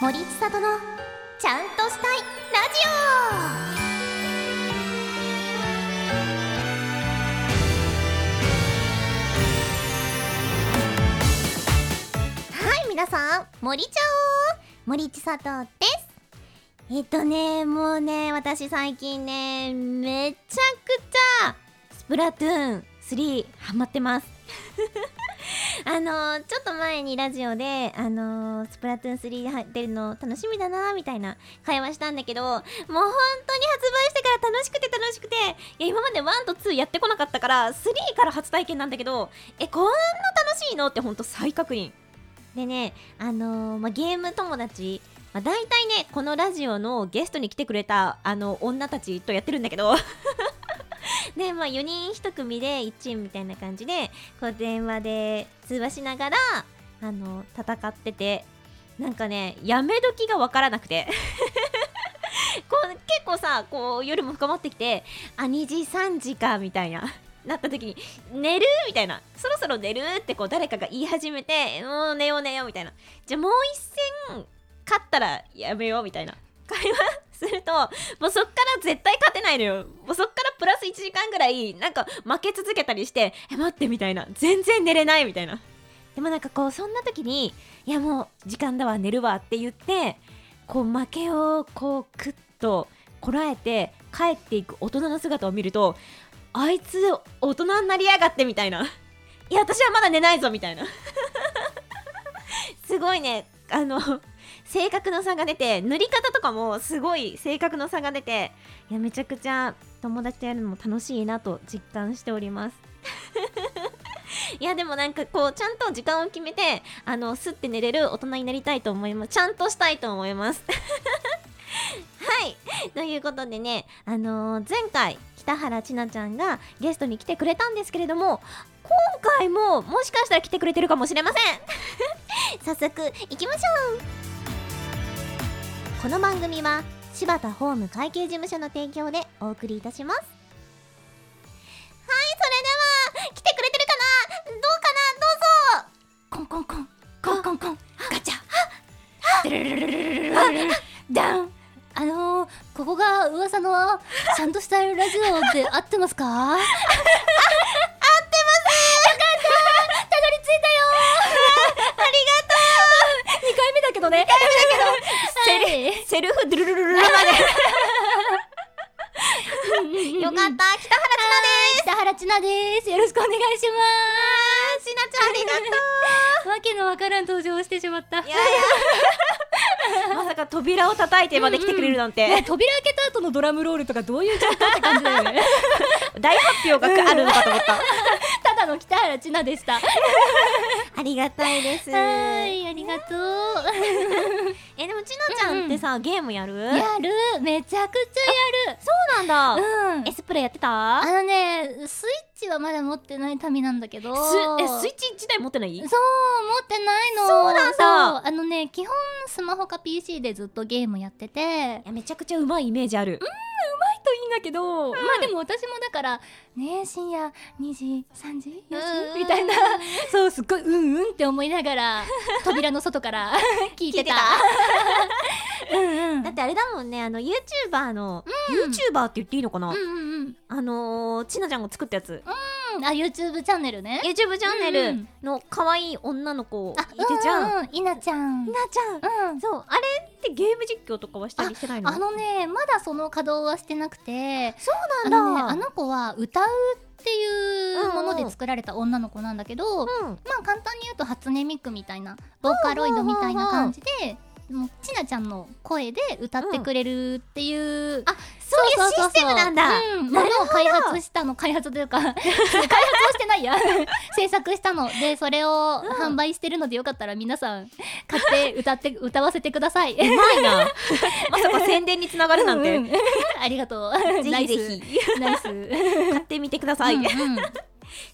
森千里のちゃんとしたいラジオはい皆さん森ちゃお森千里ですえっとねもうね私最近ねめちゃくちゃスプラトゥーン3ハマってます あのーちょっと前にラジオで、あのースプラトゥーン3出るの楽しみだなみたいな会話したんだけどもう本当に発売してから楽しくて楽しくていや今まで1と2やってこなかったから3から初体験なんだけどえこんな楽しいのって本当再確認でね、あのーまあ、ゲーム友達まあ、大体ね、このラジオのゲストに来てくれたあの女たちとやってるんだけど、 で、まあ、4人1組で1チームみたいな感じで、こう電話で通話しながらあの戦っててなんかねやめ時が分からなくて こう結構さこう夜も深まってきてあ2時3時かみたいな。なった時に寝るみたいなそろそろ寝るってこう誰かが言い始めてもう寝よう寝ようみたいなじゃあもう一戦勝ったらやめようみたいな会話するともうそっから絶対勝てないのよもうそっからプラス1時間ぐらいなんか負け続けたりしてえ待ってみたいな全然寝れないみたいなでもなんかこうそんな時にいやもう時間だわ寝るわって言ってこう負けをこうクッとこらえて帰っていく大人の姿を見るとあいつ大人になりやがってみたいないや私はまだ寝ないぞみたいな すごいねあの性格の差が出て塗り方とかもすごい性格の差が出ていやめちゃくちゃ友達とやるのも楽しいなと実感しております いやでもなんかこうちゃんと時間を決めてあのすって寝れる大人になりたいと思いますちゃんとしたいと思います はいということでねあのー前回北原千奈ちゃんがゲストに来てくれたんですけれども今回ももしかしたら来てくれてるかもしれません 早速行きましょうこの番組は柴田ホーム会計事務所の提供でお送りいたしますはいそれでは来てくれてるかなどうかなどうぞコンコンコンコンコンコンガチャダンあのー、ここが噂のちゃんとしたラジオって合ってますか合ってますよかったたどり着いたよ ありがとう二回目だけどね二回目だけどセルフドゥルルルルルまでよかった北原千奈です北原千奈ですよろしくお願いします千奈ちゃんありがわけのわからん登場をしてしまったとういやいやまさか扉を叩いてまで来てくれるなんねて扉開けた後のドラムロールとかどういう状況って感 じだよね大発表があるのかと思ったただの北原千奈でしたありがたいですはい、ありがとう。えでも千奈ちゃんってさゲームやるやる、めちゃくちそうゃなんだやる。うんエ。スプレやってたあのね、スイッチはまだ持ってない民なんだけど。すえスイッチ自体持ってないそう、持ってないの。そうなんだそうあのね、基本スマホか PC でずっとゲームやってて。いやめちゃくちゃうまいイメージある、といいんだけど、まあでも私もだからね深夜2時3時うん4時みたいなそうすっごいうんうんって思いなが ら扉の外から聞いてた うんうんだってあれだもんねあの YouTuber の、YouTuber って言っていいのかな、うんうんうんあのー、ちなちゃんが作ったやつ、うんあ YouTube チャンネルね YouTube チャンネルの可愛い女の子いてじゃん、うんうんいなちゃんなちゃんうんそうあれってゲーム実況とかはしたりしてないのあのねまだその稼働はしてなくてそうあなのんねだあの子は歌うっていうもので作られた女の子なんだけど、うんまあ簡単に言うと初音ミクみたいなボーカロイドみたいな感じで。もうちなちゃんの声で歌ってくれるっていう、あそういうシステムなんだうん、もなのるほどを開発したの開発というか 開発をしてないや 制作したのでそれを販売してるのでよかったら皆さん買って歌って 歌わせてくださいう まいなまさか宣伝につながるなんて、ううありがとうぜひぜひひナイス買ってみてください、うんうん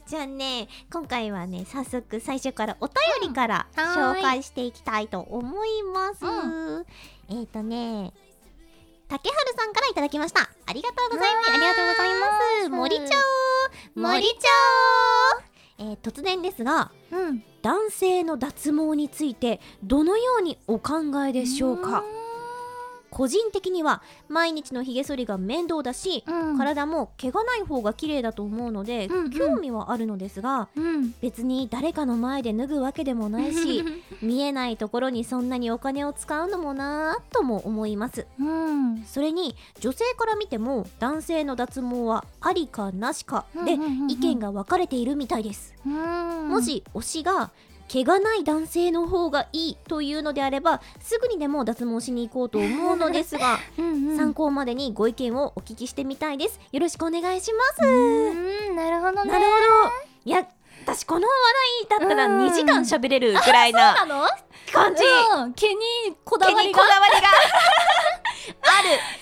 じゃあね今回はね早速最初からお便りからうんはーい紹介していきたいと思います、うえっ、ー、とね竹春さんからいただきましたありがとうございますわーありがとうございます森ちゃおー森森ちゃおーえー突然ですがうん男性の脱毛についてどのようにお考えでしょうか個人的には毎日のひげ剃りが面倒だし、うん体も毛がない方が綺麗だと思うので、うんうん興味はあるのですがうん別に誰かの前で脱ぐわけでもない し見えないところにそんなにお金を使うのもなぁとも思いますうんそれに女性から見ても男性の脱毛はありかなしかでうんうんうんうん意見が分かれているみたいです、うんもし推しが毛がない男性の方がいいというのであればすぐにでも脱毛しに行こうと思うのですが、うんうん参考までにご意見をお聞きしてみたいですよろしくお願いします、うんなるほどねなるほどいや私この話題だったらうん2時間喋れるぐらいなそうなの感じ、うん毛にこだ毛わりにがこだわりが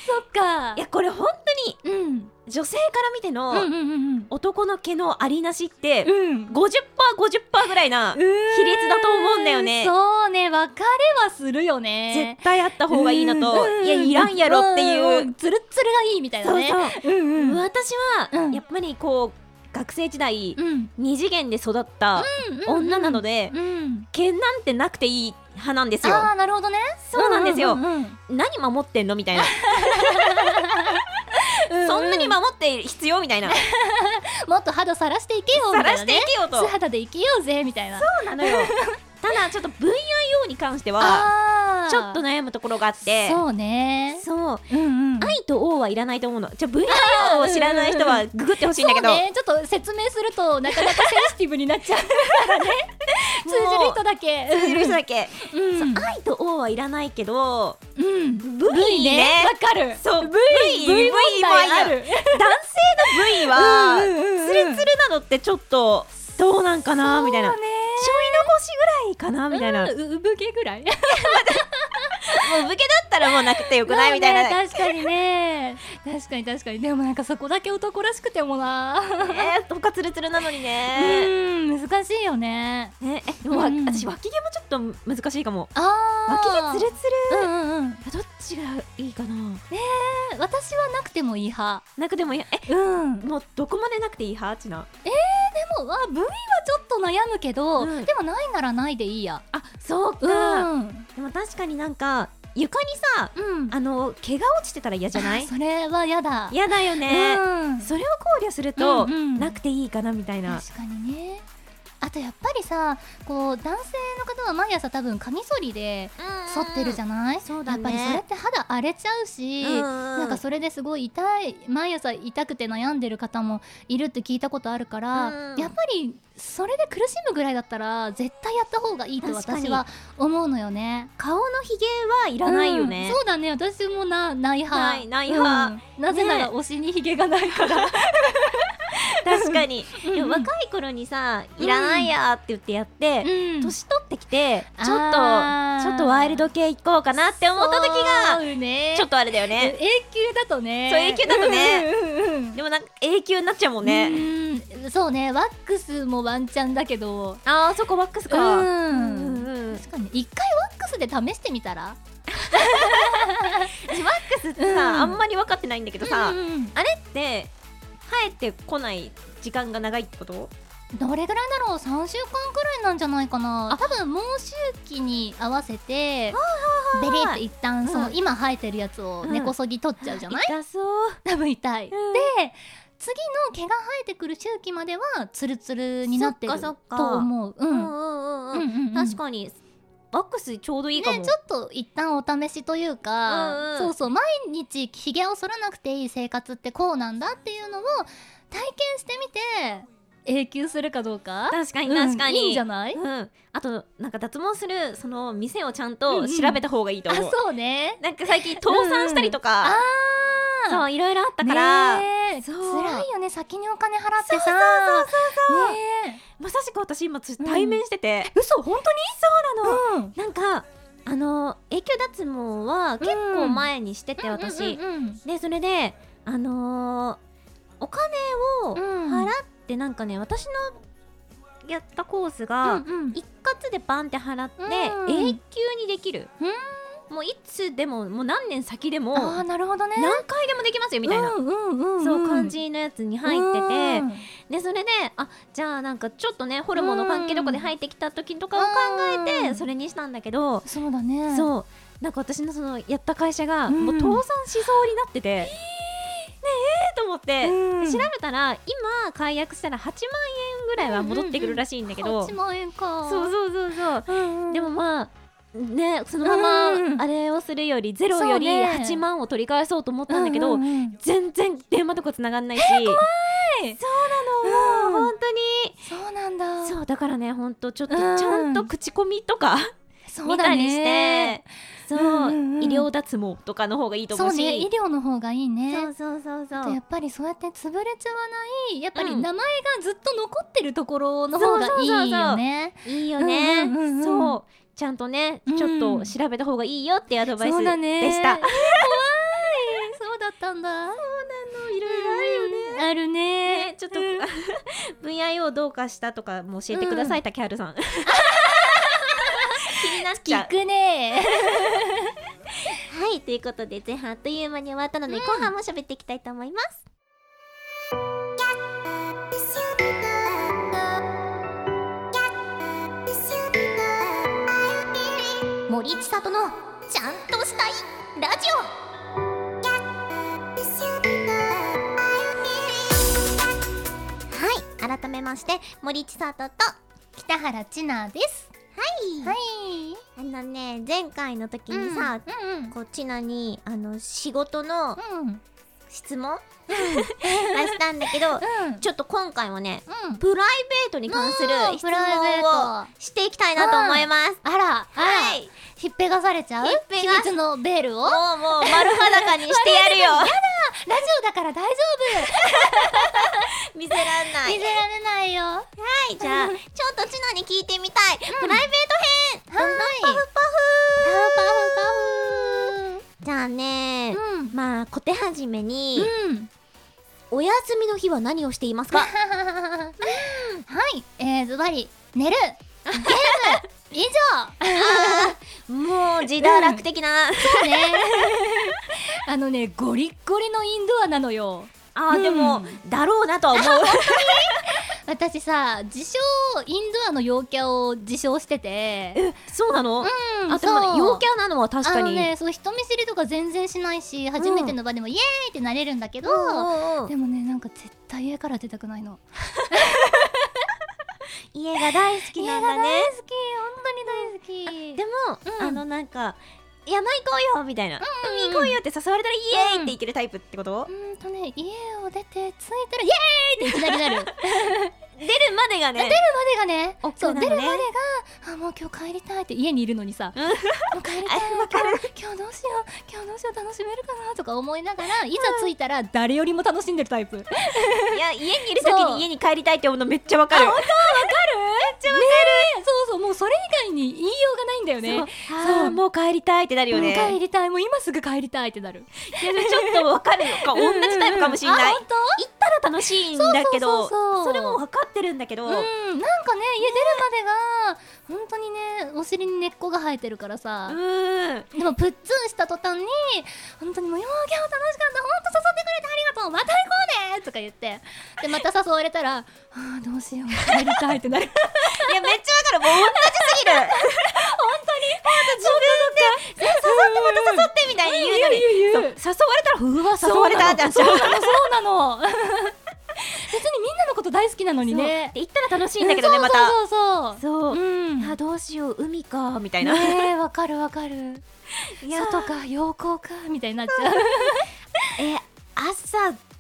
そっかいやこれ本当にうん女性から見ての、うんうんうん男の毛のありなしって、うん 50%50% ぐらいな比率だと思うんだよねそうね別れはするよね絶対あった方がいいのとうんいやいらんやろっていううんつるっつるがいいみたいなそうねそううんうんうん私うはんやっぱりこう学生時代うん二次元で育ったうん女なのでうん毛なんてなくていい派なんですよああなるほどねそうなんですよううん何守ってんのみたいなうんそんなに守って必要みたいなもっと肌さらしていけよみさたらいなしてねいけよと素肌でいけようぜみたいなそうなのよ ただちょっと VIO に関してはあーちょっと悩むところがあってそうねそううんうん愛と O はいらないと思うのじゃ VIO を知らない人はググってほしいんだけどそうねちょっと説明するとなかなかセンシティブになっ ちゃう通じる人だけ通じる人だけうんそう愛と O はいらないけどうん、 V ねわかるそう V V 問題あ男る性の V はうんうんうんうんツルツルなのってちょっとどうなんかなみたいなちょいね残しぐらいかなみたいなもううんうぶ毛ぐらい武家だったらもうなくてよくないみたいなまあね確かに ね確かに確かにでもなんかそこだけ男らしくてもなえ ー他ツルツルなのにねうん難しいよねねえでもわうんうん私脇毛もちょっと難しいかもああ脇毛ツルツうんうんうんルどっちがいいかな私はなくてもいい派なくてもいいえうんもうどこまでなくていい派ちなでもあ部位はちょっと悩むけど、うんでもないならないでいいやあそううんかでも確かになんか床にさうんあの毛が落ちてたら嫌じゃないあそれはやだ嫌だよねうんそれを考慮すると、うんうんなくていいかなみたいな確かにねあとやっぱりさこう男性の方は毎朝多分カミソリで剃ってるじゃゃない、そうやだっぱねりそれって肌荒れちゃうし、ななんかそれですごい痛い毎朝痛くて悩んでる方もいるって聞いたことあるから、うんやっぱりそれで苦しむぐらいだったら絶対やった方がいいと確かに私は思うのよね。顔のひげはいらないよね、うんそうだね私もなない派ないない派うんなぜなら推しにひげがないから、確かに、うんでも若い頃にさ「いらないや」って言ってやって、うん年取ってきてあーちょっとちょっとワイルド系いこうかなって思った時がそうねちょっとあれだよえね永久だとねそう永久だとねうんうんうんでもなんか永久になっちゃうもんね、うんそうねワックスもワンチャンだけどあーそこワックスうか、うんうんんうんワッ確かに一回ワックスで試してみたらクスってさ、うんあんまり分かってないんだけどさ、うんうんあれって生えてこない時間が長いってことどれぐらいだろう3週間くらいなんじゃないかな多分毛周期に合わせてベリって一旦そのうん今生えてるやつを根こそぎ取っちゃうじゃない、痛そう、多分痛い、うんで次の毛が生えてくる周期まではツルツルになってるそっかそとっか思うううんんうんうんうんうん確かにワックスちょうどいいかも、ね、ちょっと一旦お試しといううんうか、んそうそう毎日ひげを剃らなくていい生活ってこうなんだっていうのを体験してみて永久するかどうか確かに確かに、うんいいんじゃない、うん、あとなんか脱毛するその店をちゃんうんうとん調べた方がいいとあ思う,、そうねなんか最近倒産したりとあか、ーそういろいろあったから、ねえそう辛いよね先にお金払ってさそうねまさしく私今つ対面しててえ、嘘本そうなの、当なにんかあの永久脱毛は結構前にしてて、うん私、うんでそれであのーお金をうん払ってなんかね私のやったコースうんが、うんうん一括でバンって払ってうん永久にできるもういつでももう何年先でもあーなるほどね何回でもできますよみたいな、うんうんうんうん、そう感じのやつに入ってて、うんでそれであじゃあなんかちょっとねホルモンの関係とかで入ってきた時とかを考えうんてそれにしたんだけど、そうだねうそうなんか私のそのやった会社がうんもう倒産しそうになってて、ねえと思って、うん調べたら今解約したら8万円ぐらいは戻ってくるらしいんだけど、 8万円かそうそうそうそううんうんでもまあねそのまうんまあれをするよりゼロよりそうね8万を取り返そうと思ったんだけど、うううん全然電話とか繋がんないし、いそうなの、もううん本当にそうなんだそうだからね本当ちょっとちうんゃんと口コミとかそ見うだたねりして、そううんうんうん医療脱毛とかの方がいいと思そううしね医療の方がいいねそうそうそうそうあとやっぱりそうやって潰れちゃわないやっぱりうん名前がずっと残ってるところの方がいいよね。いいよね、うんうんうんうんそうちゃんとねうんちょっと調べた方がいいよっていうアドバイスそうでだねした、怖いそうだったんだ。いろいろあるよねあるね。ねちょっと VIO どうかしたとかも教えてください、竹春さん 気になっちゃ聞うくね。はい、ということで前半あっという間に終わったので、後半も喋っていきたいと思います。森千里のちゃんとしたいラジオはい改めまして森千里と北原千奈です。はい、い。あのね前回の時うにんさ、うんこうちなにあの仕事のうんうん質 問出したんだけどうんちょっと今回もねうん。プライベートに関する質プライベー問をト。していきたいなと思います。あら、あらはい、ひっぺがされちゃうひっぺ秘が密のベールをもラうもう丸裸にしてや るよジオだから大丈見せらんな夫見いせられないよ。ははいじゃあちょっとちなに聞いてみたい、プライベート編ーい。パフパフじゃあねパフパフ。うん。まあ小手始めに、うん。お休みの日は何をしていますかはい、えー、ズバリ寝るゲーム以上もう自堕落的な、 ね あのねゴリッゴリのインドアなのよあーでも、だろうなとは思う私さ自称インドアの陽キャを自称しててえそうなの、うんあでもねそう陽キャなのは確かあのに、ねそう人見知りとか全然しないし初めての場でもイエーイってなれるんだけど、うんうんうんでもねなんか絶対家から出たくないの家が大好きなんだね好き本当に大好きでも、うんあのなんか山行こうよみたいな、海行こうよって誘われたらイエーイって行けるタイプってこと、うーんとね家を出て着いたらイエーイっていきなりなる出るまでがね出るまでがね億そ劫なのうね出るまでがあもう今日帰りたいって家にいるのにさうんもう帰りたい今日今日どうしよう今日どうしよう楽しめるかなとか思いながらいざ着いたら誰よりも楽しんでるタイプわかるいや家にいる先に家に帰りたいって思うのめっちゃわかるめっちゃわかる、ねえそうそうもうそれ以外に言いようがないんだよねそうそうあーもう帰りたいってなるよねもう帰りたいもう今すぐ帰りたいってなるいやでもちょっとわかるのか同じタイプかもしれないあ行っ本当たら楽しいんだけどそうそそうそうそうれもわかってるんだけど、うんなんかね家出るまでが本当にねお尻に根っこが生えてるからさ、うんでもプッツンした途端に本当にもう「よー今日楽しかった本当誘ってくれてありがとうまた行こうね」とか言ってでまた誘われたら「あーどうしよう帰りたい」って なるいやめっちゃわかるもう同じすぎる本当に自分で誘ってまた誘ってみたいに言うのに言う言う言うそう誘われたらうわそ誘うわれたってなっちゃうそうなのそうなの別にみんなのこと大好きなのにねそうで行ったら楽しいんだけどねまたそうそうそそううそうう、んあどうしよう海かみたいな、ねえわかるわかるいや外か陽光かみたいになっちゃうえ朝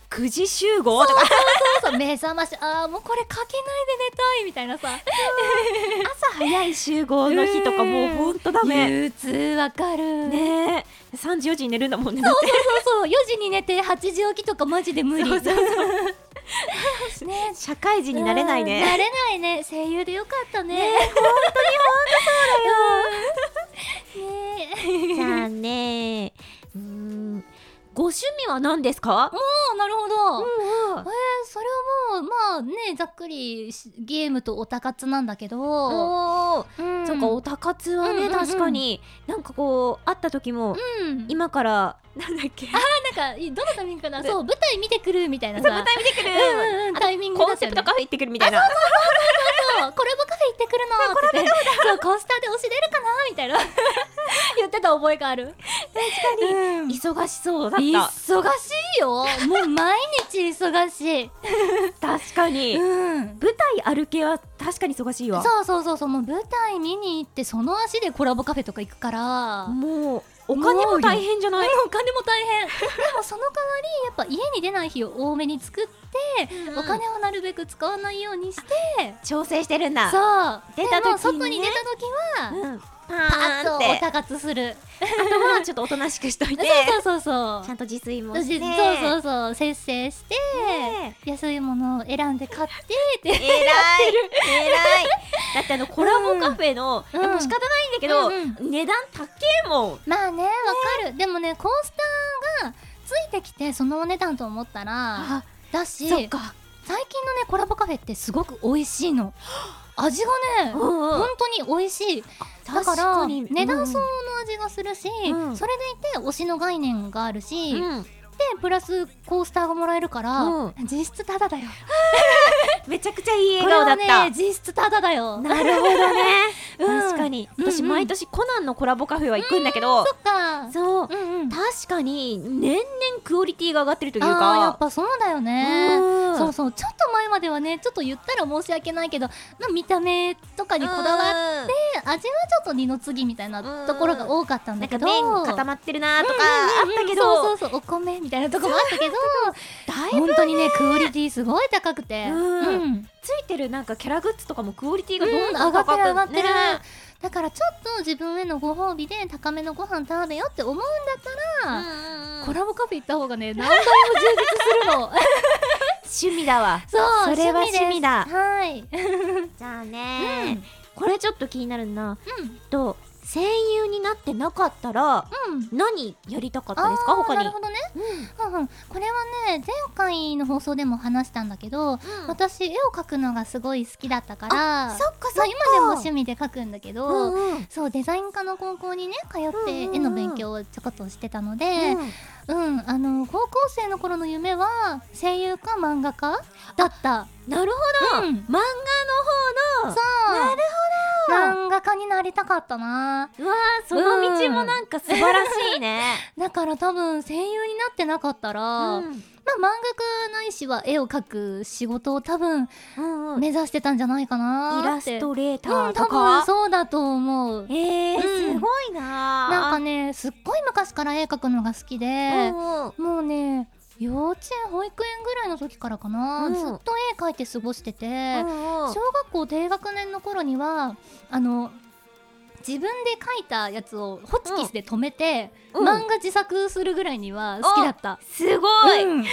9時集合とかそうそう目覚ましああもうこれかけないで寝たいみたいなさ朝早い集合の日とかもうほんとダメ憂鬱わかるねえ3時4時に寝るんだもんねだっそうてそうそうそう4時に寝て8時起きとかマジで無理そうそうね社会人になれないうんなねれないね声優でよかったね本当に本当そうだよねえ じゃあねうーんご趣味は何ですかおーなるほど、えーうんそれはもうまあねざっくりしゲームとオタ活なんだけど、おーうんそっかお高活はうんうんね、うん確かになんかこう会った時も、うん今からなんだっけなんかどのタイミングかなでそう舞台見てくるみたいなさそう舞台見てくる、うんうんうんタイミングコンだったセよプねトカフェ行ってくるみたいなそう コラボカフェ行ってくるのって言ってそうコースターで推し出るかなみた いな言ってた覚えがある確かに、うん忙しそうだった忙し いよもう毎日忙しい確かに、うん舞台歩けは確かに忙しいわそうそうそうそうもう舞台見に行ってその足でコラボカフェとか行くからもうお金も大変じゃないお金も大変でもその代わりやっぱ家に出ない日を多めに作って、お金をなるべく使わないようにして調整してるんだそう出た時にねでも外に出た時うは、ん、パパーッーンとっおてたかつするあとはちょっとおとなしくしといてそうそうそうちそゃうんと自炊もそうしてそうそう節制して、ね安いものを選んで買ってってえらいえらいだってあのコラボカフェの、うんいやもう仕方ないんだけど、うん値段高えもんまあねわかる、でもねコースターがついてきてそのお値段と思ったらだし最か近のねコラボカフェってすごく美味しいの味がねうんうん本当に美味しいだ確からに値段相応うの味がするし、うんそれでいて推しの概念があるし、んでプラスコースターがもらえるから、うん実質タダだよめちゃくちゃいい笑顔だっこれはた、ね実質タダだよなるほど ね、うん確かに私うんうん毎年コナンのコラボカフェは行くんだけど、そっかそううんうん確かに年々クオリティが上がってるというあーやっかぱそうだよねうんそうそうちょっと前まではねちょっと言ったら申し訳ないけど、まあ、見た目とかにこだわっってて味はちょっと二の次みたいなところが多かったんなだんかけど麺固まってるなとかあうんうんうんったけどそうそうそうお米みたいなとこもあったけどだいぶ本当にねクオリティすごい高くて、うんうんついてるなんかキャラグッズとかもクオリティがどうんんどん上がって高くる上がってる、ねだからちょっと自分へのご褒美で高めのご飯食べようって思うんだったら、コラボカフェ行った方がね何倍も充実す るの趣味だわそうそれは趣味だですはい、じゃあうねんこれちょっと気になるなと声優になってなかったらうんうん何やりたかっあたですかー他なにるほどね、うんうん、これはね前回の放送でも話したんだけどうん私絵を描くのがすごい好きだったからそっかそまっかあ今でも趣味で描くんだけど、うんうんそうデザイン科の高校にね通っうんうんうんて絵の勉強をちょこっとしてたので、うんうんあの高校生の頃の夢は声優か漫画家だったなるほどうん漫画の方のそうなる漫画家になりたかったなうわーその道もなんか素晴らしいね。だから多分声優になってなかったら、まあ漫画家ないしは絵を描く仕事を多分うんうん目指してたんじゃないかなイーラってストレータうーん、多と分か。そうだと思うえー、うんすごいなー。なんかねすっごい昔から絵描くのが好きで、うんうんもうね幼稚園保育園ぐらいの時からかな、うんずっと絵描いて過ごしてて、うんうん小学校低学年の頃にはあの自分で描いたやつをホチキスで止めて、うん漫画自作するぐらいには好きだった、すごい、 うんあれね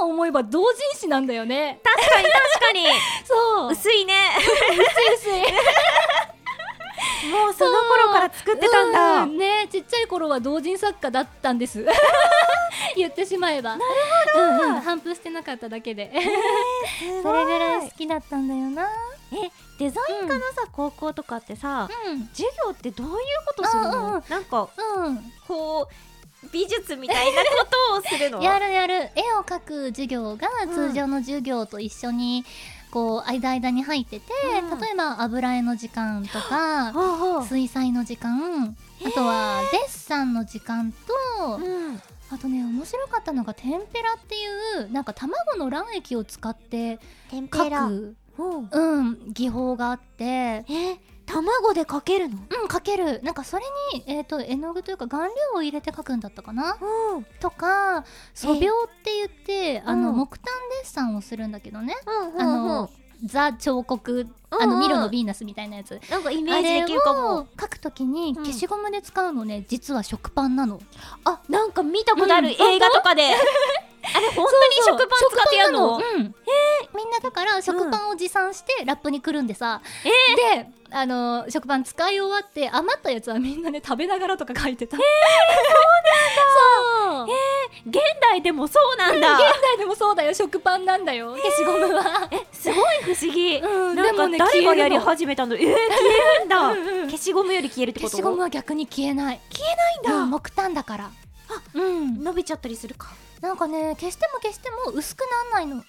今思えば同人誌なんだよね確かに確かにそ う薄いね薄い薄いもうその頃から作ってたんだ、うねちっちゃい頃は同人作家だったんです 言ってしまえばなるほど、うんうん反復してなかっただけです そごいれぐらい好きだったんだよなデザイン科のさ、高校とかってさうん授業ってどういうことするの、うんうんなんかうこう美術みたいなことをするのんやるやる絵を描く授業が通常の授業と一緒にこう間間に入ってて、うん例えば油絵の時間とかほうほう水彩の時間あとはデッサンの時間と、うんあとね面白かったのが天ぷらっていうなんか卵の卵液を使って天ぷら描くうんうん、技法があって、え卵でかけるのうん、描ける。なんかそれに、えっ、と、絵の具というか顔料を入れて描くんだったかなうんうんとか、素描って言って、あの、うん木炭デッサンをするんだけどね。うんあの、ザ彫刻、あうんうの、んミロのヴィーナスみたいなやつ。なんかイメあージれでをきるかも描くときにうん消しゴムで使うのね、実は食パンなの。あなんか見たことある、うん映画とかであれ本当に食パン使ってやるの食パンなうんみんなだから食パンを持参してラップにくるんでさ、であのー食パン使い終わって余ったやつはみんなね食べながらとか書いてた、えよ現代でもそうなんだ現代でもそうだよ食パンなんだよ消しゴムはすごい不思議、うんなんかでもね誰がやり消えるの始めたのえー、消えるんだうんうん消しゴムより消えるってこ 消としゴムは逆に消えない消えないんだ木炭だからうん伸びちゃったりするかなんかね消しても消しても薄くなんないの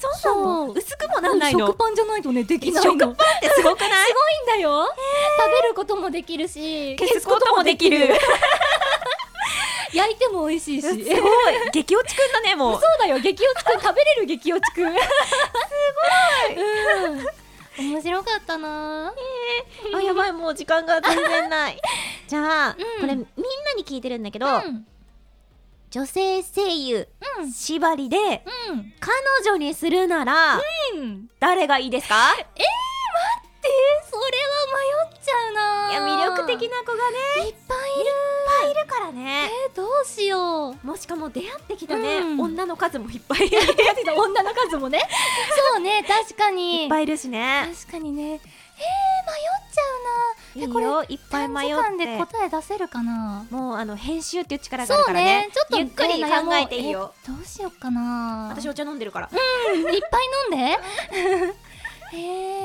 そうなのそう薄くもなんないの食パンじゃないとねできないの食パンってすごくないいいんだよ、食べることもできるし消すこともできる焼いても美味 しいしすごいそう激落ちくんだねもうだよ激落ちくん食べれる激落ちくんすご い、うん、面白かったなあやばいもう時間が全然ない じゃあ、うんこれみんなに聞いてるんだけど、うん女性声優うん縛りでうん彼女にするならうん誰 がいいですか、えー、それは迷っちゃうないいや魅力的いっな子がねいっぱいいるぱいいるからねえー、どうしようもしかも出会ってきたね、うん女の数もいっ ぱいいやってた女の数もねそうね確かに っぱいいるしね確かにねえー、迷っちゃういなえいこれよいっぱい短迷時っ間でて答え出せるかなもうあの編集っていう力があるそうからねねちょっとゆっくり考えていいよえどうしよっかな私お茶飲んでるからうんいっぱい飲んで え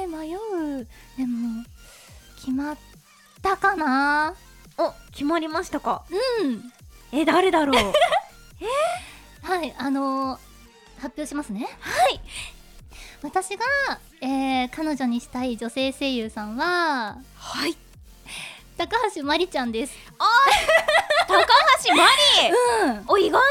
ー、迷うでも決まったかなお決まりましたかうんえ誰だろ うはいあのー、発表しますねはい私が、えー、彼女にしたい女性声優さんははい高橋まりちゃんです橋マリうんお意外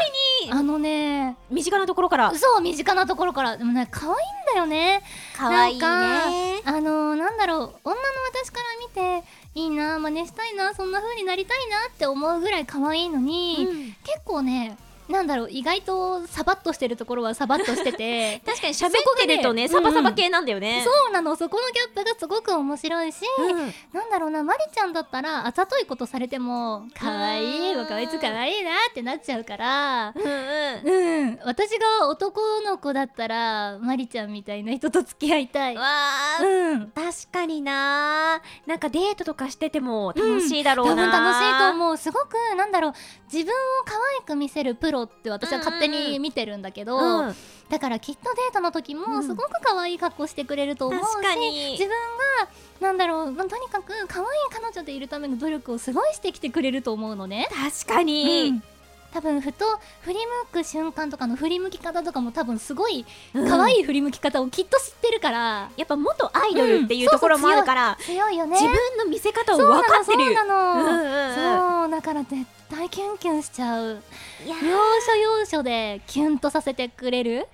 にあのね身近なところからそう身近なところからでもね可愛いんだよねかなんかあのー、なんだろう女の私から見ていいな真似したいなそんな風になりたいなって思うぐらい可愛いのに、結構ねなんだろう意外とサバッとしてるところはサバッとしてて 確かに喋っそこがてねるとねうんうサんバサバ系なんだよねそうなのそこのギャップがすごく面白いし、うんなんだろうなまりちゃんだったらあざといことされても可愛いわこいつ可愛いなってなっちゃうからうんうんうん私が男の子だったらまりちゃんみたいな人と付き合いたいわあうん確かにななんかデートとかしてても楽しいだろ多うな分楽しいと思うすごくなんだろう自分を可愛く見せるプロって私は勝手に見てるんだけど、うんだからきっとデートの時うもんすごく可愛い格好してくれると思うし、確かに自分がなんだろう、まあとにかく可愛い彼女でいるための努力をすごいしてきてくれると思うのね。確かうにん多分ふと振り向く瞬間とかの振り向き方とかも多分すごいうん可愛い振り向き方をきっと知ってるから、やっぱ元アイドルっていうところもあるから強いよね自分の見せ方をそう分なかのってるそうなの、うんうんうんそうだから絶対キュンキュンしちゃういや要所要所でキュンとさせてくれる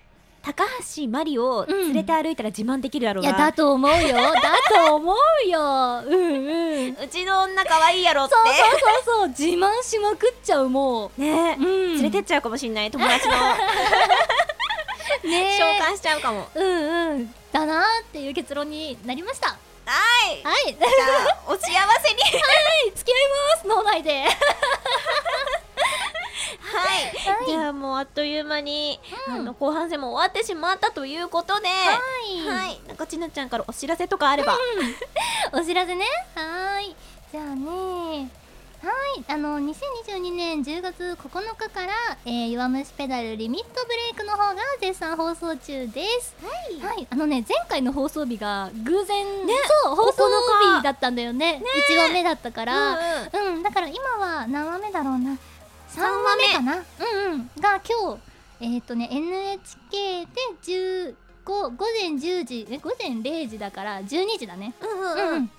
高橋マリを連れて歩いたら自慢できるだろういやだなと思うよだと思うようんうんうちの女可愛いやろっそうそうそうそう自慢しまくっちゃうもうねえうん連れてっちゃうかもしんない友 達のねえ召喚しちゃうかもはうんうんだなーっていう結論になりましたはいい はいじゃあお幸せに付き合います脳内で はい、じゃあもうあっという間に、あの後半戦も終わってしまったということで、はいはい、なんかちなちゃんからお知らせとかあれば、お知らせねはーいじゃあねはいあの2022年10月9日から、えー弱虫ペダルリミットブレイクの方が絶賛放送中ですはい、あのね前回の放送日が偶然、ね、そう放送9日日だったんだよね1話目だったから、うんうんうん、だから今は何話目だろうな3話目かなうんうんが今日えっ、とね NHK で15午前10時え午前0時だから12時だねうんうん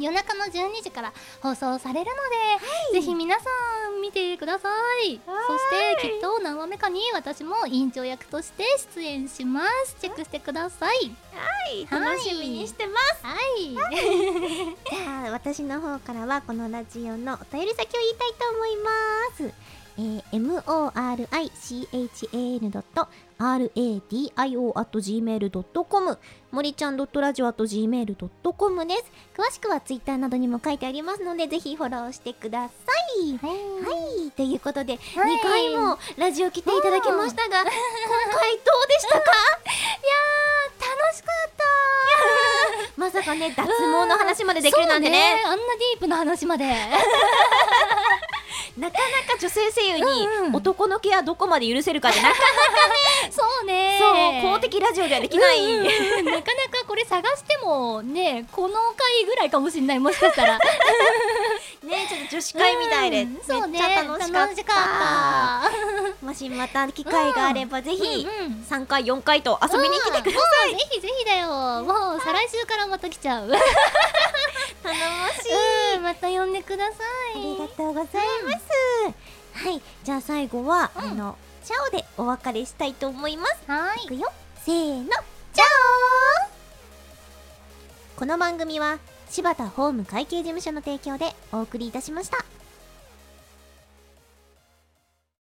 夜中の12時から放送されるので、ぜひ皆さん見てくださいはーいそしてきっと何話目かに私も委員長役として出演しますチェックしてくださいはい、楽しみにしてます。はい、じゃあ私の方からはこのラジオのお便り先を言いたいと思います。えー、morichan.radio.gmail.com 森ちゃん .radio.gmail.com です。詳しくはツイッターなどにも書いてありますので、ぜひフォローしてください。はいはい、ということで、はい2回もラジオ来ていただきましたが、今回どうでしたか いやー楽しかった まさかね、脱毛の話までできるなんてそうね。 あんなディープな話までなかなか女性声優にうんうん男のケアどこまで許せるかでなかそうねなか公的ラジオではできない、うんうんなかなかこれ探してもねこの回ぐらいかもしれないもしかした らねちょっと女子会みたいで、うんめっちそうねゃ楽しかった楽しかっもしまた機会があればぜたひうんうん3回4回と遊びに来てください、ぜひぜひだよもう再来週からまた来ちゃう頼もしいうんまた呼んでくださあいりがとうございます、はいじゃあ最後は、あのチャオでお別れしたいと思いますはいいくよせーのチャオこの番組は柴田ホーム会計事務所の提供でお送りいたしました